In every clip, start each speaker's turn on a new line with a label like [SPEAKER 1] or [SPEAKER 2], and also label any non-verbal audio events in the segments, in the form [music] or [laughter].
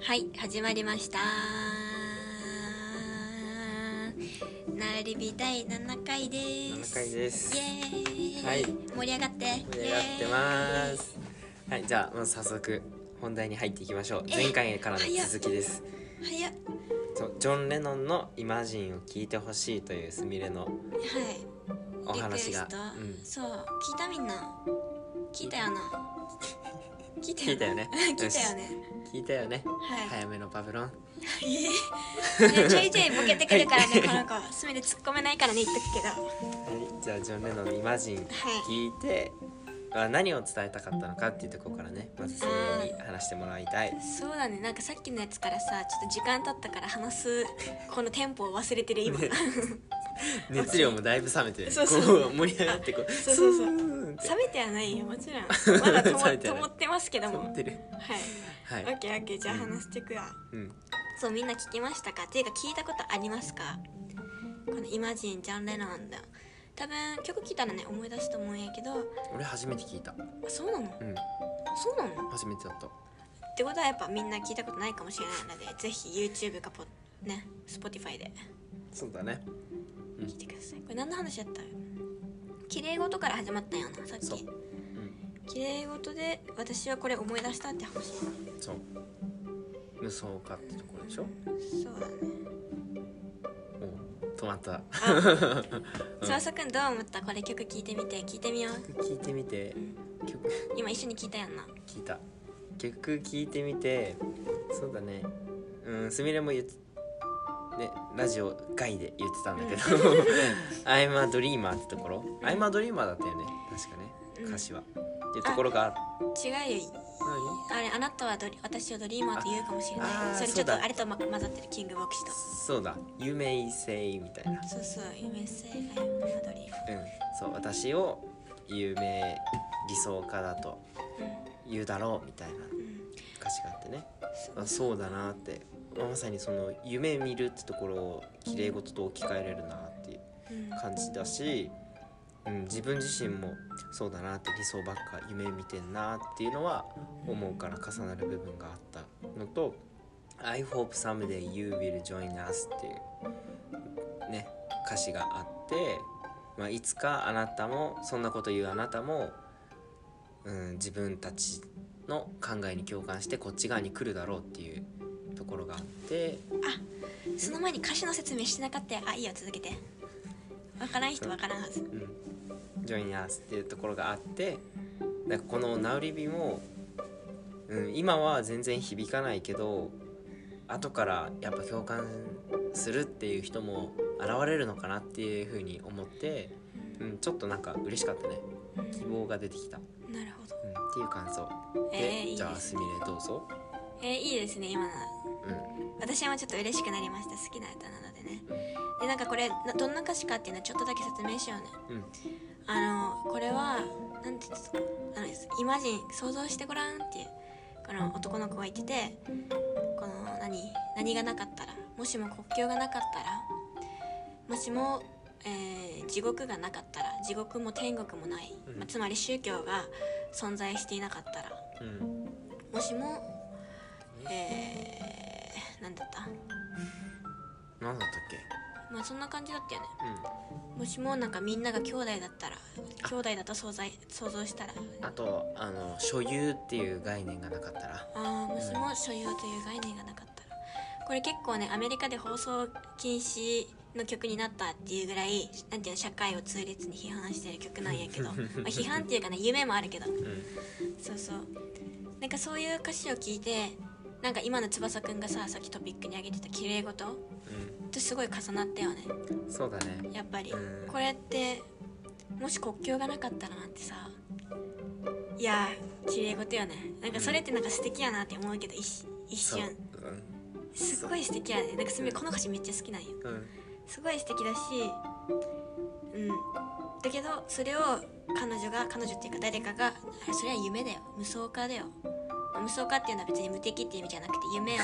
[SPEAKER 1] はい、始まりました。なりび第7回です。
[SPEAKER 2] 7回です
[SPEAKER 1] イエーイ。
[SPEAKER 2] はい
[SPEAKER 1] 盛り上がって。
[SPEAKER 2] 盛り上がってますはいじゃあまず早速本題に入っていきましょう
[SPEAKER 1] え
[SPEAKER 2] 前回からの続きです
[SPEAKER 1] イエーイ。早っ。
[SPEAKER 2] そうジョン・レノンの「イマジン」を聞いてほしいというスミレのお
[SPEAKER 1] はい。リクエス
[SPEAKER 2] 話が
[SPEAKER 1] ト、
[SPEAKER 2] うん、
[SPEAKER 1] そう、聞いたみんな。聞いたよ
[SPEAKER 2] [laughs]
[SPEAKER 1] な。聞いたよ。
[SPEAKER 2] 聞いたよね
[SPEAKER 1] [laughs] 聞いたよね。
[SPEAKER 2] 聞いたよね
[SPEAKER 1] は
[SPEAKER 2] 早めのパブロン
[SPEAKER 1] [laughs] い。いえねちょいちょいボケてくるからね、この子。すべて突っ込めないからね、言っとくけど。は
[SPEAKER 2] はいじゃあジョン・レノンの「イマジン」
[SPEAKER 1] い。
[SPEAKER 2] 聞いてあ何を伝えたかったのかっていうところからねまずスミレに話してもらいたい
[SPEAKER 1] そうだね、なんかさっきのやつからさ、ちょっと時間経ったから話す、このテンポを忘れてる今。
[SPEAKER 2] ね熱量もだいぶ冷めて
[SPEAKER 1] そうそう
[SPEAKER 2] こう盛り上がってこう
[SPEAKER 1] そうそうそう
[SPEAKER 2] スーンって
[SPEAKER 1] 冷めてはないよもちろ
[SPEAKER 2] [laughs]
[SPEAKER 1] んまだとも
[SPEAKER 2] 冷めて
[SPEAKER 1] と
[SPEAKER 2] ない
[SPEAKER 1] 思ってますけども
[SPEAKER 2] 思
[SPEAKER 1] は
[SPEAKER 2] っ
[SPEAKER 1] い
[SPEAKER 2] てるは
[SPEAKER 1] オ
[SPEAKER 2] い
[SPEAKER 1] ッ、ケーオッケーじゃあ話してくわ、
[SPEAKER 2] うん、
[SPEAKER 1] そうみんな聞きましたかっていうか聞いたことありますかこの「イマジン・ジャン・レノン」だ多分曲聴いたらね思い出すと思うんやけど
[SPEAKER 2] 俺初めて聞いた
[SPEAKER 1] あそうなの
[SPEAKER 2] うん
[SPEAKER 1] そうなの
[SPEAKER 2] 初めてだった
[SPEAKER 1] ってことはやっぱみんな聞いたことないかもしれないのでぜひ YouTube かポッね Spotify で
[SPEAKER 2] そうだね
[SPEAKER 1] 聞いてくださいこれ何の話やった綺麗事から始まったんやなさっ
[SPEAKER 2] そう
[SPEAKER 1] き綺麗事で私はこれ思い出したって話
[SPEAKER 2] うんそう無双かってところでしょ
[SPEAKER 1] そうだね
[SPEAKER 2] おう止まった [laughs]
[SPEAKER 1] 翼くんどう思ったこれ曲聴いてみて聞いてみよう
[SPEAKER 2] 聞いてみて曲
[SPEAKER 1] 今一緒に聴いたやんな
[SPEAKER 2] 聞いた曲聞いてみてそうだねうんすみれも言ってね、ラジオ外で言ってたんだけど [laughs] 「I'm a dreamer」ってところ「I'm a dreamer」だったよね確かね
[SPEAKER 1] うん
[SPEAKER 2] 歌詞は、っていうところが
[SPEAKER 1] 違うよ
[SPEAKER 2] 何
[SPEAKER 1] あれあなたはドリ私をドリーマーと言うかもしれ
[SPEAKER 2] あ
[SPEAKER 1] な
[SPEAKER 2] あ
[SPEAKER 1] い
[SPEAKER 2] ー
[SPEAKER 1] それちょっと
[SPEAKER 2] そうだ
[SPEAKER 1] あれとま混ざってるキングボクシと
[SPEAKER 2] そうだ「You may say」みたいな
[SPEAKER 1] そうそう夢性が夢のドリーム
[SPEAKER 2] うん、そう私を有名理想家だと言うだろうみたいな
[SPEAKER 1] うんうん
[SPEAKER 2] 歌詞があってね
[SPEAKER 1] そう
[SPEAKER 2] あそうだなって、まあまさにその夢見るってところをきれい事と置き換えれるなっていう
[SPEAKER 1] うん
[SPEAKER 2] 感じだし、うん、自分自身もそうだなって理想ばっか夢見てんなっていうのは思うから重なる部分があったのと「I hope someday you will join us」っていうね歌詞があって、まあ、いつかあなたもそんなこと言うあなたも、うん、自分たちの考えに共感してこっち側に来るだろうっていうところがあって
[SPEAKER 1] その前に歌詞の説明してなかったよあいいよ続けてわからん人わからんはず
[SPEAKER 2] ジョイナースっていうところがあってなんかこの「ナウリビも」うん、今は全然響かないけど後からやっぱ共感するっていう人も現れるのかなっていうふうに思って、うん、ちょっとなんか嬉しかったね
[SPEAKER 1] うん
[SPEAKER 2] 希望が出てきた、うん、
[SPEAKER 1] なるほど
[SPEAKER 2] っていう感想
[SPEAKER 1] え
[SPEAKER 2] で、
[SPEAKER 1] ー、いい
[SPEAKER 2] じゃ
[SPEAKER 1] で
[SPEAKER 2] あ
[SPEAKER 1] す
[SPEAKER 2] すみれどうぞ、
[SPEAKER 1] えー、いいですね今の
[SPEAKER 2] うん、
[SPEAKER 1] 私もちょっと嬉しくなりました好きな歌なのでねでなんかこれなどんな歌詞かっていうのはちょっとだけ説明しようね
[SPEAKER 2] うん
[SPEAKER 1] あのこれはなんて言うんですかあのイマジン想像してごらんっていうこの男の子が言っててこの何何がなかったらもしも国境がなかったらもしも、えー地獄がなかったら地獄も天国もない、
[SPEAKER 2] うん
[SPEAKER 1] まあつまり宗教が存在していなかったら
[SPEAKER 2] うん
[SPEAKER 1] もしもえー、なんだった
[SPEAKER 2] 何だったっけ、
[SPEAKER 1] まあそんな感じだったよね
[SPEAKER 2] う
[SPEAKER 1] もしもなんかみんなが兄弟だったら兄弟だと想像想像したら
[SPEAKER 2] ん、あとあの所有っていう概念がなかったら
[SPEAKER 1] あーもしも所有という概念がなかったらこれ結構ねアメリカで放送禁止の曲になったっていうぐらいなんていうの社会を痛烈に批判してる曲なんや
[SPEAKER 2] [laughs]
[SPEAKER 1] けど、まあ、批判っていうかね夢もあるけど
[SPEAKER 2] うん
[SPEAKER 1] そうそうなんかそういう歌詞を聞いてなんか今の翼くんがささっきトピックに挙げてた綺麗事とすごい重なったよね
[SPEAKER 2] うん、そうだね
[SPEAKER 1] やっぱり
[SPEAKER 2] うん
[SPEAKER 1] これってもし国境がなかったらなんてさいやー綺麗事よねなんかそれってなんか素敵やなって思うけど一一
[SPEAKER 2] そう
[SPEAKER 1] 瞬すっごい素敵やねなんかすみこの歌詞めっちゃ好きなんよ
[SPEAKER 2] うんうん
[SPEAKER 1] すごい素敵だしうんだけどそれを彼女が彼女っていうか誰かがあれそれは夢だよ無双化だよ無双化っていうのは別に無敵っていう意味じゃなくて夢を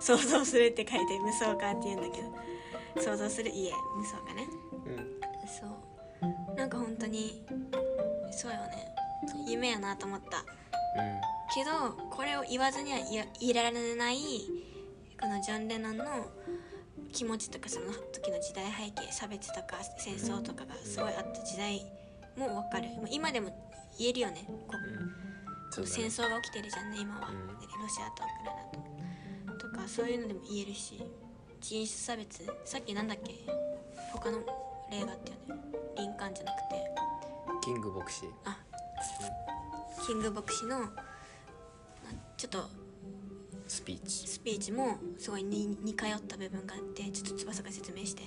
[SPEAKER 1] 想像するって書いて無双化っていうんだけど想像する家無双化ね
[SPEAKER 2] うん
[SPEAKER 1] そうなんか本当にそうよね夢やなと思ったけどこれを言わずにはいやいられないこのジョン・レノンの気持ちとかその時の時代背景差別とか戦争とかがすごいあった時代もわかるまあ今でも言えるよねこう
[SPEAKER 2] う
[SPEAKER 1] ん
[SPEAKER 2] そうだ
[SPEAKER 1] 戦
[SPEAKER 2] ね
[SPEAKER 1] 争が起きてるじゃんね今は、
[SPEAKER 2] うん
[SPEAKER 1] ロシアとウクライナととかそういうのでも言えるし人種差別さっきなんだっけ他の例があったよね林間じゃなくて
[SPEAKER 2] キング牧師
[SPEAKER 1] あキング牧師のなちょっと
[SPEAKER 2] スピーチ
[SPEAKER 1] スピーチもすごいに似通った部分があってちょっと翼が説明して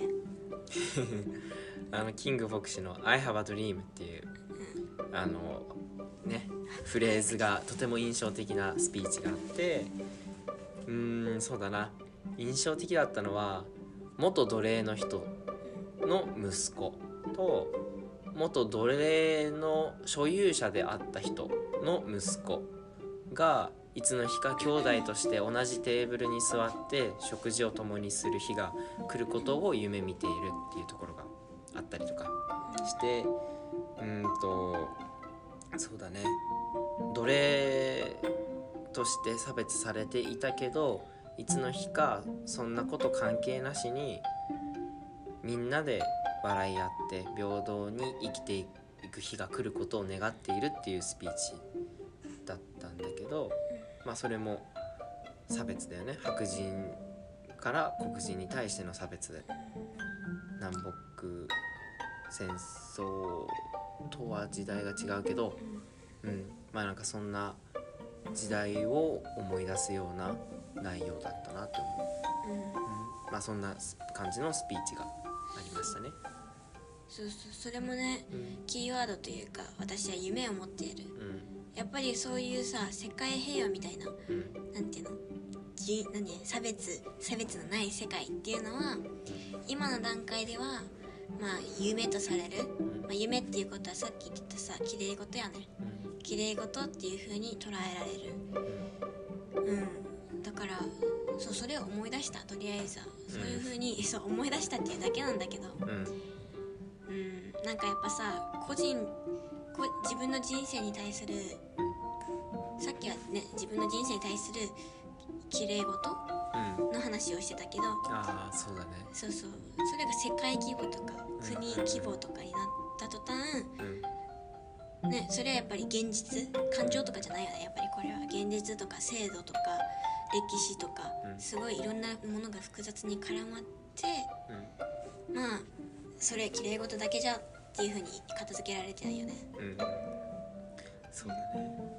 [SPEAKER 2] あのキング牧師の「I have a dream」っていうあのねフレーズがとても印象的なスピーチがあってうーんそうだな印象的だったのは元奴隷の人の息子と元奴隷の所有者であった人の息子がいつの日か兄弟として同じテーブルに座って食事を共にする日が来ることを夢見ているっていうところがあったりとかしてうーんとそうだね奴隷として差別されていたけどいつの日かそんなこと関係なしにみんなで笑い合って平等に生きていく日が来ることを願っているっていうスピーチだったんだけど、まあ、それも差別だよね白人から黒人に対しての差別で南北戦争とは時代が違うけど、うん、まあなんかそんな時代を思い出すような内容だったなと思う。
[SPEAKER 1] うん、うん、
[SPEAKER 2] まあそんな感じのスピーチがありましたね。
[SPEAKER 1] そうそうそれもね
[SPEAKER 2] うん、
[SPEAKER 1] キーワードというか私は夢を持っている
[SPEAKER 2] うん、
[SPEAKER 1] やっぱりそういうさ世界平和みたいな
[SPEAKER 2] うん、
[SPEAKER 1] なんていうのじなんていうの差別差別のない世界っていうのは今の段階ではまあ夢とされる、
[SPEAKER 2] うん
[SPEAKER 1] まあ、夢っていうことはさっき言ってたさきれい事やねきれい事っていう風に捉えられるうんだからそうそれを思い出したとりあえずはそういう風に、そう思い出したっていうだけなんだけど
[SPEAKER 2] うん、
[SPEAKER 1] うんなんかやっぱさ個人こ自分の人生に対するさっきはね自分の人生に対するきれい事
[SPEAKER 2] うん、
[SPEAKER 1] の話をしてたけど
[SPEAKER 2] ああ、そうだね。
[SPEAKER 1] そうそうそれが世界規模とか国規模とかになった途端
[SPEAKER 2] うん、
[SPEAKER 1] ねそれはやっぱり現実感情とかじゃないよねやっぱりこれは現実とか制度とか歴史とか
[SPEAKER 2] うん
[SPEAKER 1] すごいいろんなものが複雑に絡まってまあそれきれい事だけじゃっていうふうに片付けられてないよね
[SPEAKER 2] うん、うん、そうだね。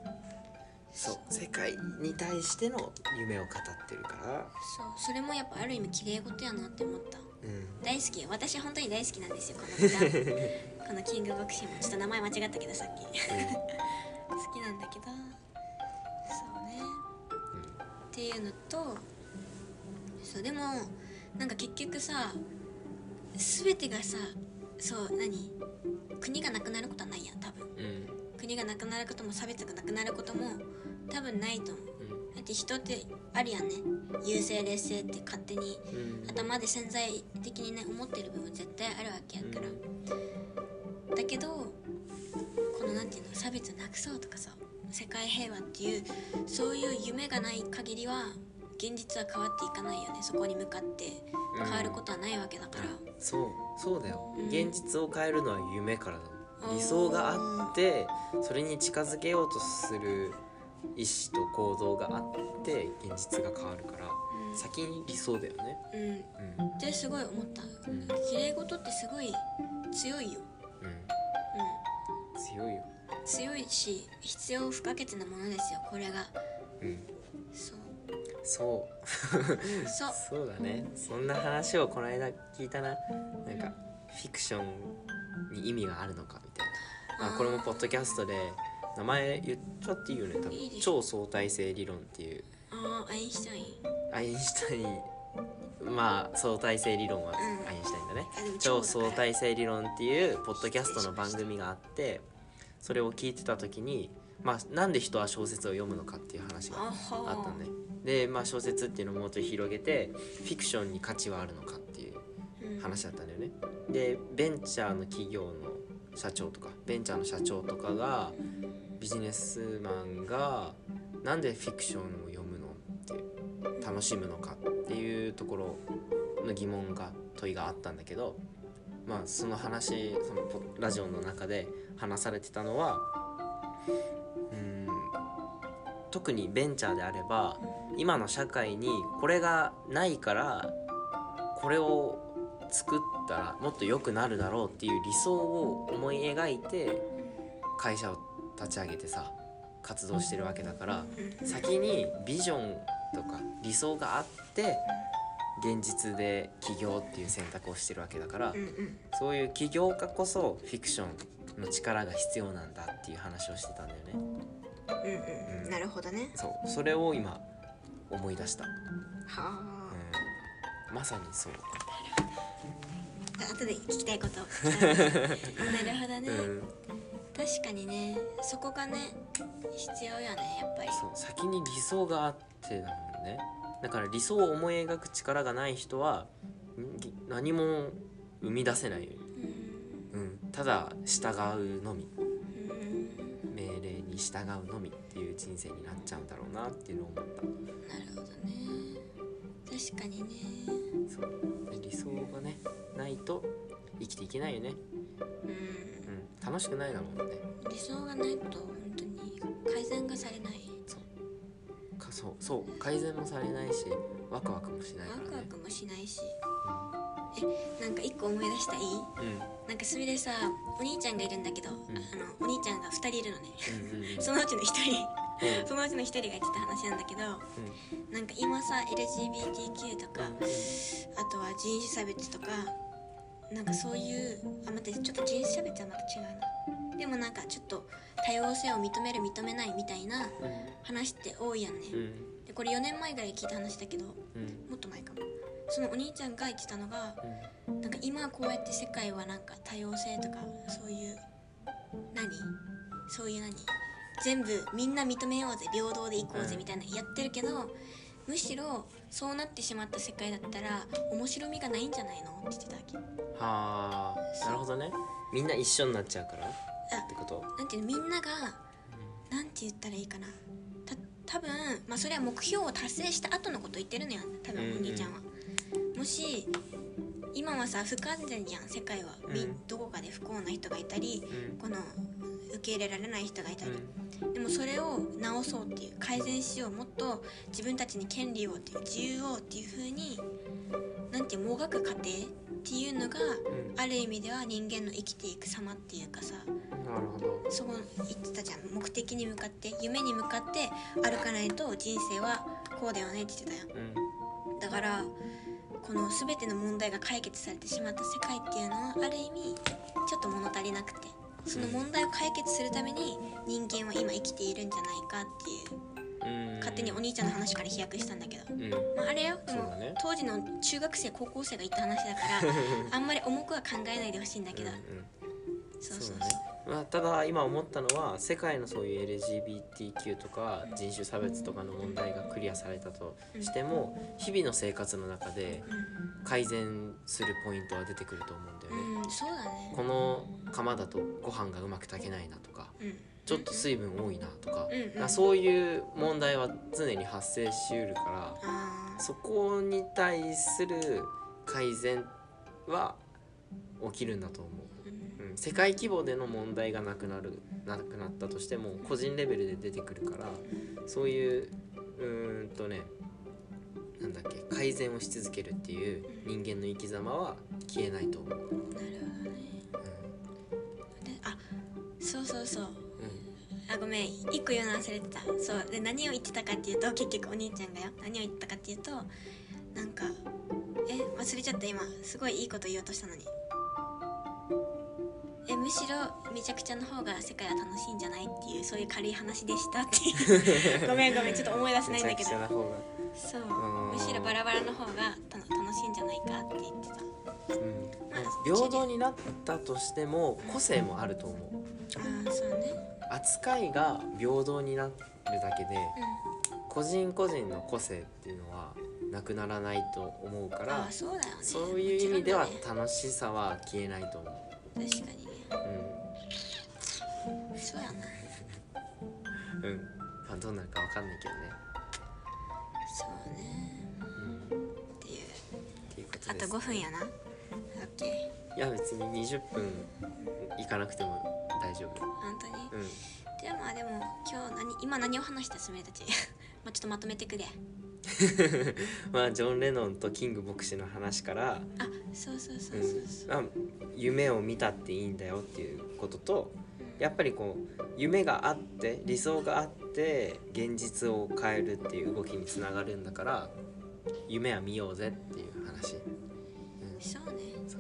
[SPEAKER 2] そう、世界に対しての夢を語ってるから。
[SPEAKER 1] そうそれもやっぱある意味きれい事やなって思った
[SPEAKER 2] うん、
[SPEAKER 1] 大好きよ私本当に大好きなんですよこの歌このキングボクシングもちょっと名前間違ったけどさっき好きなんだけどそうねっていうのとそうでもなんか結局さ全てがさそう何国がなくなることはないやん多分
[SPEAKER 2] うん、うん、
[SPEAKER 1] 国がなくなることも差別がなくなることも多分ないと思う
[SPEAKER 2] うん、
[SPEAKER 1] だって人ってあるやんね優勢劣勢って勝手に
[SPEAKER 2] うん、
[SPEAKER 1] 頭で潜在的にね思ってる部分絶対あるわけやから、だけどこのなんていうの差別なくそうとかさ世界平和っていうそういう夢がない限りは現実は変わっていかないよねそこに向かって変わることはないわけだから、
[SPEAKER 2] そうそうだよ
[SPEAKER 1] うん
[SPEAKER 2] 現実を変えるのは夢からだ
[SPEAKER 1] う
[SPEAKER 2] もん
[SPEAKER 1] ん
[SPEAKER 2] 理想があってそれに近づけようとする意思と行動があって現実が変わるから
[SPEAKER 1] うん
[SPEAKER 2] 先に理想だよね
[SPEAKER 1] うん、ってすごい思った
[SPEAKER 2] うん
[SPEAKER 1] きれい事ってすごい強いよ、
[SPEAKER 2] うん、うん、
[SPEAKER 1] う
[SPEAKER 2] 強いよ
[SPEAKER 1] ん、強いし必要不可欠なものですよこれが
[SPEAKER 2] うん
[SPEAKER 1] そう
[SPEAKER 2] そう
[SPEAKER 1] そう
[SPEAKER 2] そうだねそんな話をこの間聞いたななんかフィクションに意味があるのかみたいな、まあ、これもポッドキャストで名前言っちゃっていいよね多分
[SPEAKER 1] いいです
[SPEAKER 2] 超相対性理論っていう
[SPEAKER 1] ああアインシュタイン
[SPEAKER 2] アインシュタインまあ相対性理論は
[SPEAKER 1] うん
[SPEAKER 2] アインシュタインだね、
[SPEAKER 1] あでも
[SPEAKER 2] 超
[SPEAKER 1] だから
[SPEAKER 2] 相対性理論っていうポッドキャストの番組があってそれを聞いてた時に、まあ、なんで人は小説を読むのかっていう話が
[SPEAKER 1] あは
[SPEAKER 2] あったんでで、まあ、小説っていうのをもっと広げてフィクションに価値はあるのかっていう
[SPEAKER 1] うん
[SPEAKER 2] 話だったんだよね。でベンチャーの企業の社長とかベンチャーの社長とかがビジネスマンがなんでフィクションを読むのって楽しむのかっていうところの疑問が問いがあったんだけど、まあ、その話そのポラジオの中で話されてたのはうん特にベンチャーであれば今の社会にこれがないからこれを作ったらもっと良くなるだろうっていう理想を思い描いて会社を立ち上げてさ活動してるわけだから先にビジョンとか理想があって現実で起業っていう選択をしてるわけだから
[SPEAKER 1] うんうん
[SPEAKER 2] そういう起業家こそフィクションの力が必要なんだっていう話をしてたんだよね。
[SPEAKER 1] うんうんなるほどね
[SPEAKER 2] そうそれを今思い出した、
[SPEAKER 1] は
[SPEAKER 2] う
[SPEAKER 1] あ
[SPEAKER 2] ん、まさにそう、
[SPEAKER 1] 後で聞きたい
[SPEAKER 2] [laughs]
[SPEAKER 1] ことを聞きたいねなるほどね、
[SPEAKER 2] うん、
[SPEAKER 1] 確かにねそこがね必要よねやっぱり
[SPEAKER 2] そう先に理想があってだもんねだから理想を思い描く力がない人はんぎ何も生み出せない、
[SPEAKER 1] うん
[SPEAKER 2] うん、ただ従うのみ
[SPEAKER 1] うん
[SPEAKER 2] 命令に従うのみっていう人生になっちゃうんだろうなっていうのを思っ
[SPEAKER 1] な
[SPEAKER 2] た
[SPEAKER 1] るほどね確かにね
[SPEAKER 2] そうで理想がねないと生きていけないよね、
[SPEAKER 1] うん
[SPEAKER 2] うん、楽しくないだもんね
[SPEAKER 1] 理想がないと本当に改善がされない
[SPEAKER 2] かそうそう改善もされないしワクワクもしない
[SPEAKER 1] ワ
[SPEAKER 2] からね
[SPEAKER 1] クワクもしないしえなんか一個思い出したい
[SPEAKER 2] うんうん
[SPEAKER 1] なんかそれでさお兄ちゃんがいるんだけど、
[SPEAKER 2] ん
[SPEAKER 1] あのお兄ちゃんが2人いるのね
[SPEAKER 2] うんうんうん
[SPEAKER 1] そのうちの1人 [laughs]
[SPEAKER 2] うん
[SPEAKER 1] そのうちの1人が言ってた話なんだけどなんか今さ LGBTQ とかあとは人種差別とかなんかそういうあ待ってちょっと人種差別はまた違うなでもなんかちょっと多様性を認める認めないみたいな話って多いやんね、
[SPEAKER 2] うん
[SPEAKER 1] でこれ4年前ぐらい聞いた話だけども
[SPEAKER 2] うんうん
[SPEAKER 1] っと前かもそのお兄ちゃんが言ってたのがなんか今こうやって世界はなんか多様性とかそういう何そういう何全部みんな認めようぜ平等でいこうぜみたいなやってるけどむしろそうなってしまった世界だったら面白みがないんじゃないのって言ってたわけ
[SPEAKER 2] はあなるほどねみんな一緒になっちゃうからってこと
[SPEAKER 1] なんていうのみんながなんて言ったらいいかなた多分まあそれは目標を達成した後のこと言ってるのよ多分
[SPEAKER 2] うん
[SPEAKER 1] お兄ちゃんは、もし今はさ不完全じゃん世界は、み
[SPEAKER 2] うん
[SPEAKER 1] どこかで不幸な人がいたり
[SPEAKER 2] うん
[SPEAKER 1] この受け入れられない人がいた
[SPEAKER 2] う
[SPEAKER 1] り、
[SPEAKER 2] ん
[SPEAKER 1] でもそれを直そうっていう改善しようもっと自分たちに権利をっていう自由をっていう風になんていうもがく過程っていうのが
[SPEAKER 2] うん
[SPEAKER 1] ある意味では人間の生きていく様っていうかさ
[SPEAKER 2] なるほど
[SPEAKER 1] そこ言ってたじゃん目的に向かって夢に向かって歩かないと人生はこうだよねって言ってたやん
[SPEAKER 2] うん
[SPEAKER 1] だからこの全ての問題が解決されてしまった世界っていうのはある意味ちょっと物足りなくてその問題を解決するために人間は今生きているんじゃないかっていう
[SPEAKER 2] うん
[SPEAKER 1] 勝手にお兄ちゃんの話から飛躍したんだけど、
[SPEAKER 2] うん
[SPEAKER 1] まあ、あれよで
[SPEAKER 2] そう
[SPEAKER 1] も、
[SPEAKER 2] だね
[SPEAKER 1] 当時の中学生高校生が言った話だから
[SPEAKER 2] [laughs]
[SPEAKER 1] あんまり重くは考えないでほしいんだけど、
[SPEAKER 2] うんうん
[SPEAKER 1] そうそ
[SPEAKER 2] そう
[SPEAKER 1] そ
[SPEAKER 2] うだ
[SPEAKER 1] う
[SPEAKER 2] ねまあただ今思ったのは世界のそういう LGBTQ とか人種差別とかの問題がクリアされたとしても日々の生活の中で改善するポイントは出てくると思うんだよ
[SPEAKER 1] う
[SPEAKER 2] ね。
[SPEAKER 1] ん、うん、そうだね
[SPEAKER 2] この釜だとご飯がうまく炊けないなとか
[SPEAKER 1] うん
[SPEAKER 2] ちょっと水分多いなとか,、
[SPEAKER 1] うんうん
[SPEAKER 2] そういう問題は常に発生しうるか
[SPEAKER 1] あ
[SPEAKER 2] らそこに対する改善は起きるんだと思
[SPEAKER 1] ーうん
[SPEAKER 2] う、うん、世界規模での問題がなくなるなくなったとしても個人レベルで出てくるからそういううーんとねなんだっけ改善をし続けるっていう人間の生き様は消えないと思
[SPEAKER 1] な
[SPEAKER 2] う。
[SPEAKER 1] るほどねであそうそうそう
[SPEAKER 2] うんうん
[SPEAKER 1] あごめん一個言うの忘れてたそうで何を言ってたかっていうと結局お兄ちゃんがよ何を言ったかっていうとなんかえ忘れちゃった今すごいいいこと言おうとしたのにえむしろめちゃくちゃの方が世界は楽しいんじゃないっていうそういう軽い話でしたっていう
[SPEAKER 2] [laughs]
[SPEAKER 1] ごめんごめんちょっと思い出せ
[SPEAKER 2] め
[SPEAKER 1] ないんだ
[SPEAKER 2] ちゃく
[SPEAKER 1] け
[SPEAKER 2] ち
[SPEAKER 1] ど
[SPEAKER 2] ゃな方が、
[SPEAKER 1] そう
[SPEAKER 2] ー
[SPEAKER 1] むしろバラバラの方がたの楽しいんじゃないかって言ってた
[SPEAKER 2] うん、平等になったとしても個性もあると思う
[SPEAKER 1] ああそうね
[SPEAKER 2] 扱いが平等になるだけで個人個人の個性っていうのはなくならないと思うか
[SPEAKER 1] うんあ
[SPEAKER 2] ら
[SPEAKER 1] あそうだよね
[SPEAKER 2] そういう意味では
[SPEAKER 1] もちろん
[SPEAKER 2] 楽しさは消えないと思
[SPEAKER 1] だね確かにね
[SPEAKER 2] う
[SPEAKER 1] そうやな
[SPEAKER 2] うん、うんまあ、どうなるかわかんないけどね
[SPEAKER 1] そうね
[SPEAKER 2] うん、っ
[SPEAKER 1] っていう
[SPEAKER 2] ていうこと
[SPEAKER 1] あ
[SPEAKER 2] で
[SPEAKER 1] と
[SPEAKER 2] す
[SPEAKER 1] 5分やなオッケー
[SPEAKER 2] いや別に20分行かなくても大丈夫
[SPEAKER 1] 本当に
[SPEAKER 2] うん
[SPEAKER 1] じゃあまあでも今日何今何を話したすみれたち [laughs] まあちょっとまとめてくれ
[SPEAKER 2] まあジョン・レノンとキング牧師の話から、
[SPEAKER 1] あそうそうそううそうそ
[SPEAKER 2] ん
[SPEAKER 1] う、
[SPEAKER 2] まあ、夢を見たっていいんだよっていうことと
[SPEAKER 1] うん
[SPEAKER 2] やっぱりこう夢があって理想があって現実を変えるっていう動きにつながるんだから夢は見ようぜっていう話。うん
[SPEAKER 1] そうね
[SPEAKER 2] そ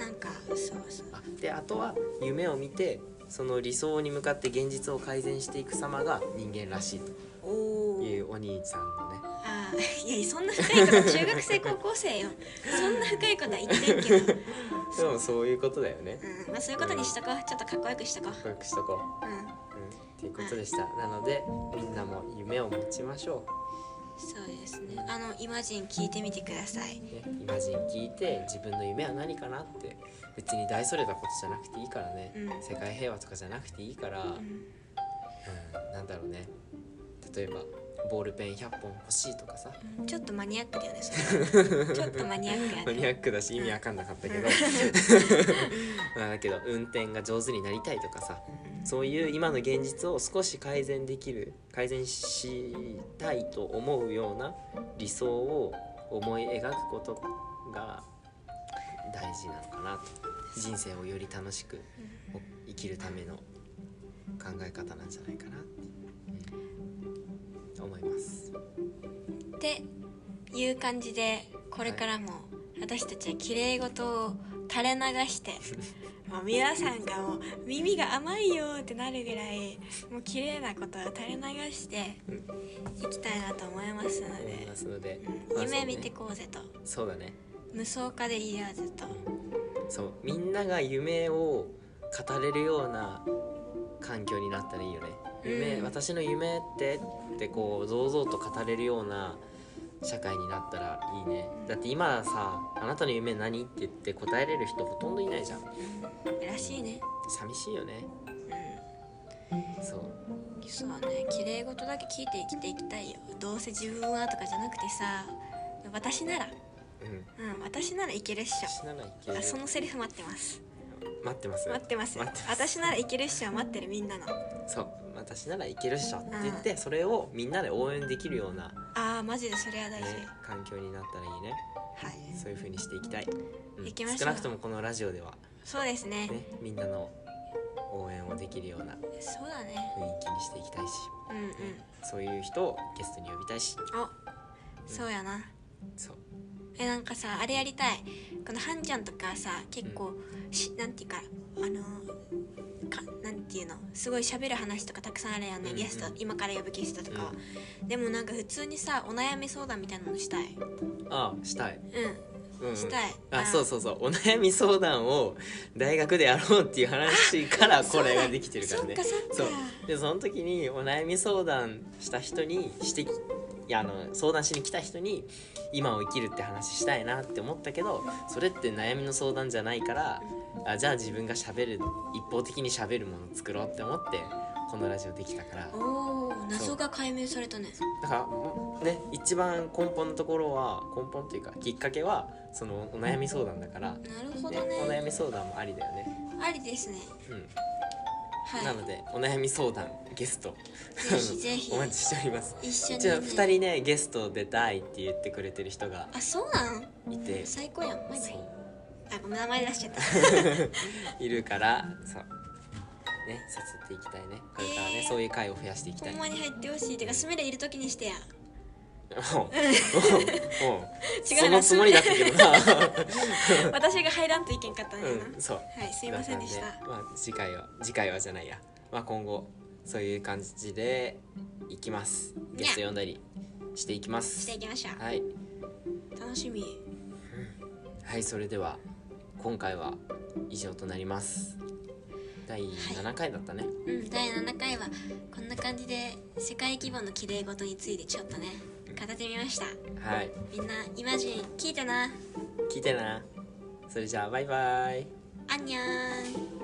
[SPEAKER 1] なんかそうそう
[SPEAKER 2] あであとは夢を見てその理想に向かって現実を改善していく様が人間らしい
[SPEAKER 1] お
[SPEAKER 2] と
[SPEAKER 1] お
[SPEAKER 2] いうお兄ちゃんのね
[SPEAKER 1] あーいやそんな深いこと中学生高校生よそんな深いことは言ってんけど、
[SPEAKER 2] でもそういうことだよね
[SPEAKER 1] うんまあ、そういうことにしとこうちょっとかっこよくしとこう、
[SPEAKER 2] 努力しとこう、
[SPEAKER 1] うん、
[SPEAKER 2] うん、っていうことでしたなのでみんなも夢を持ちましょ、
[SPEAKER 1] そうですねあのイマジン聞いてみてくださいう
[SPEAKER 2] ね、イマジン聞いて自分の夢は何かなって別に大それたことじゃなくていいからね、
[SPEAKER 1] うん
[SPEAKER 2] 世界平和とかじゃなくていいから、う、
[SPEAKER 1] うんん
[SPEAKER 2] なんだろうね例えばボールペン100本欲しいとかさ
[SPEAKER 1] うんちょっとマニアックだよねそれはちょっとマニアックや
[SPEAKER 2] マ
[SPEAKER 1] ね
[SPEAKER 2] ニアックだし意味わかんなかったけど [laughs] まあだけど運転が上手になりたいとかさそういう今の現実を少し改善できる改善したいと思うような理想を思い描くことが大事なのかなと人生をより楽しく生きるための考え方なんじゃないかなって、うん思います。
[SPEAKER 1] っていう感じでこれからも私たちはきれい事を垂れ流 [laughs] してもう皆さんがもう耳が甘いよってなるぐらいもう綺麗なことは垂れ流して
[SPEAKER 2] うん
[SPEAKER 1] いきたいなと思いますの
[SPEAKER 2] 思い
[SPEAKER 1] で
[SPEAKER 2] ますので、
[SPEAKER 1] うん
[SPEAKER 2] まあ
[SPEAKER 1] 夢見て
[SPEAKER 2] そうね
[SPEAKER 1] こうぜと
[SPEAKER 2] そうだね
[SPEAKER 1] 無双化でいいよずっと
[SPEAKER 2] そうみんなが夢を語れるような環境になったらいいよね夢、
[SPEAKER 1] うん
[SPEAKER 2] 私の夢ってってこう堂々と語れるような社会になったらいいねだって今さ「あなたの夢何?」って言って答えれる人ほとんどいないじゃん
[SPEAKER 1] らしいね
[SPEAKER 2] 寂しいよね
[SPEAKER 1] うん
[SPEAKER 2] そう
[SPEAKER 1] そうねきれい事だけ聞いて生きていきたいよどうせ自分はとかじゃなくてさ私なら
[SPEAKER 2] うん
[SPEAKER 1] うん私ならいけるっしょ
[SPEAKER 2] 私ならいける
[SPEAKER 1] あそのセリフ待ってます
[SPEAKER 2] 待ってます
[SPEAKER 1] 待ってます
[SPEAKER 2] 待って
[SPEAKER 1] 私ならいけるっしょ待ってるみんなの
[SPEAKER 2] そう私ならいけるっしょって言って、それをみんなで応援できるような、
[SPEAKER 1] あーマジでそれは大事、
[SPEAKER 2] ね、環境になったらいいね
[SPEAKER 1] はい
[SPEAKER 2] そういう風にしていきたい、うん
[SPEAKER 1] 行きましょう
[SPEAKER 2] 少なくともこのラジオでは
[SPEAKER 1] そうですね
[SPEAKER 2] ね、みんなの応援をできるような雰囲
[SPEAKER 1] そうだね
[SPEAKER 2] 気にしていきたいし、
[SPEAKER 1] うんうん
[SPEAKER 2] ねそういう人をゲストに呼びたいし
[SPEAKER 1] おそうやな
[SPEAKER 2] そう
[SPEAKER 1] えなんかさあれやりたいこのハンちゃんとかさ結構、しなんていうかあのかなんていうのすごい喋る話とかたくさんあるやんね、
[SPEAKER 2] うんう
[SPEAKER 1] ゲ
[SPEAKER 2] ん
[SPEAKER 1] スト今から呼ぶゲストとかは、でもなんか普通にさお悩み相談みたいなのしたい
[SPEAKER 2] ああしたい、
[SPEAKER 1] う
[SPEAKER 2] うんうん
[SPEAKER 1] んしたい、
[SPEAKER 2] あそうそうそうお悩み相談を大学でやろうっていう話からこれができてるからね
[SPEAKER 1] そうだそっかそっか
[SPEAKER 2] でその時にお悩み相談した人にしてきいやあの相談しに来た人に今を生きるって話したいなって思ったけどそれって悩みの相談じゃないからあじゃあ自分がしゃべる一方的にしゃべるものを作ろうって思ってこのラジオできたから
[SPEAKER 1] おお謎が解明されたね
[SPEAKER 2] だからもうね一番根本のところは根本というかきっかけはそのお悩み相談だから、ね、
[SPEAKER 1] なるほ
[SPEAKER 2] お
[SPEAKER 1] どね
[SPEAKER 2] 悩み相談もありだよね、
[SPEAKER 1] ありですね
[SPEAKER 2] うん、
[SPEAKER 1] はい
[SPEAKER 2] なのでお悩み相談ゲスト
[SPEAKER 1] ぜひぜひ
[SPEAKER 2] [laughs] お待ちしております
[SPEAKER 1] 一緒に、
[SPEAKER 2] じゃあ
[SPEAKER 1] ね、
[SPEAKER 2] 2人ねゲスト出たいって言ってくれてる人が
[SPEAKER 1] あそうなん
[SPEAKER 2] いて
[SPEAKER 1] 最高やんバイバイ
[SPEAKER 2] そ
[SPEAKER 1] あごめん名前出しちゃった
[SPEAKER 2] ういるからそうねさせていきたいねこれからね、
[SPEAKER 1] えー
[SPEAKER 2] そういう回を増やしていきた
[SPEAKER 1] ほ
[SPEAKER 2] い
[SPEAKER 1] ん
[SPEAKER 2] もう
[SPEAKER 1] まに入ってほしいてかスミレいる時にしてや
[SPEAKER 2] もうもう
[SPEAKER 1] [laughs] 違
[SPEAKER 2] そうの
[SPEAKER 1] な
[SPEAKER 2] つもりだったけどな
[SPEAKER 1] 私が入らんといけんかったん [laughs] やな、
[SPEAKER 2] うんそう
[SPEAKER 1] はいすいませんでした
[SPEAKER 2] だったんでまあ、次回は次回はじゃないや、まあ、今後そういう感じでいきますゲスト呼んだりしていきま
[SPEAKER 1] して
[SPEAKER 2] す
[SPEAKER 1] いきましょう
[SPEAKER 2] はい
[SPEAKER 1] 楽しみ
[SPEAKER 2] はいそれでは今回は以上となります第7回だったね、
[SPEAKER 1] うん第7回はこんな感じで世界規模のきれい事についてちょっとね語ってみました
[SPEAKER 2] はい、
[SPEAKER 1] みんなイマジン聞いてな
[SPEAKER 2] 聞いてなそれじゃあバイバイ
[SPEAKER 1] アンニャーン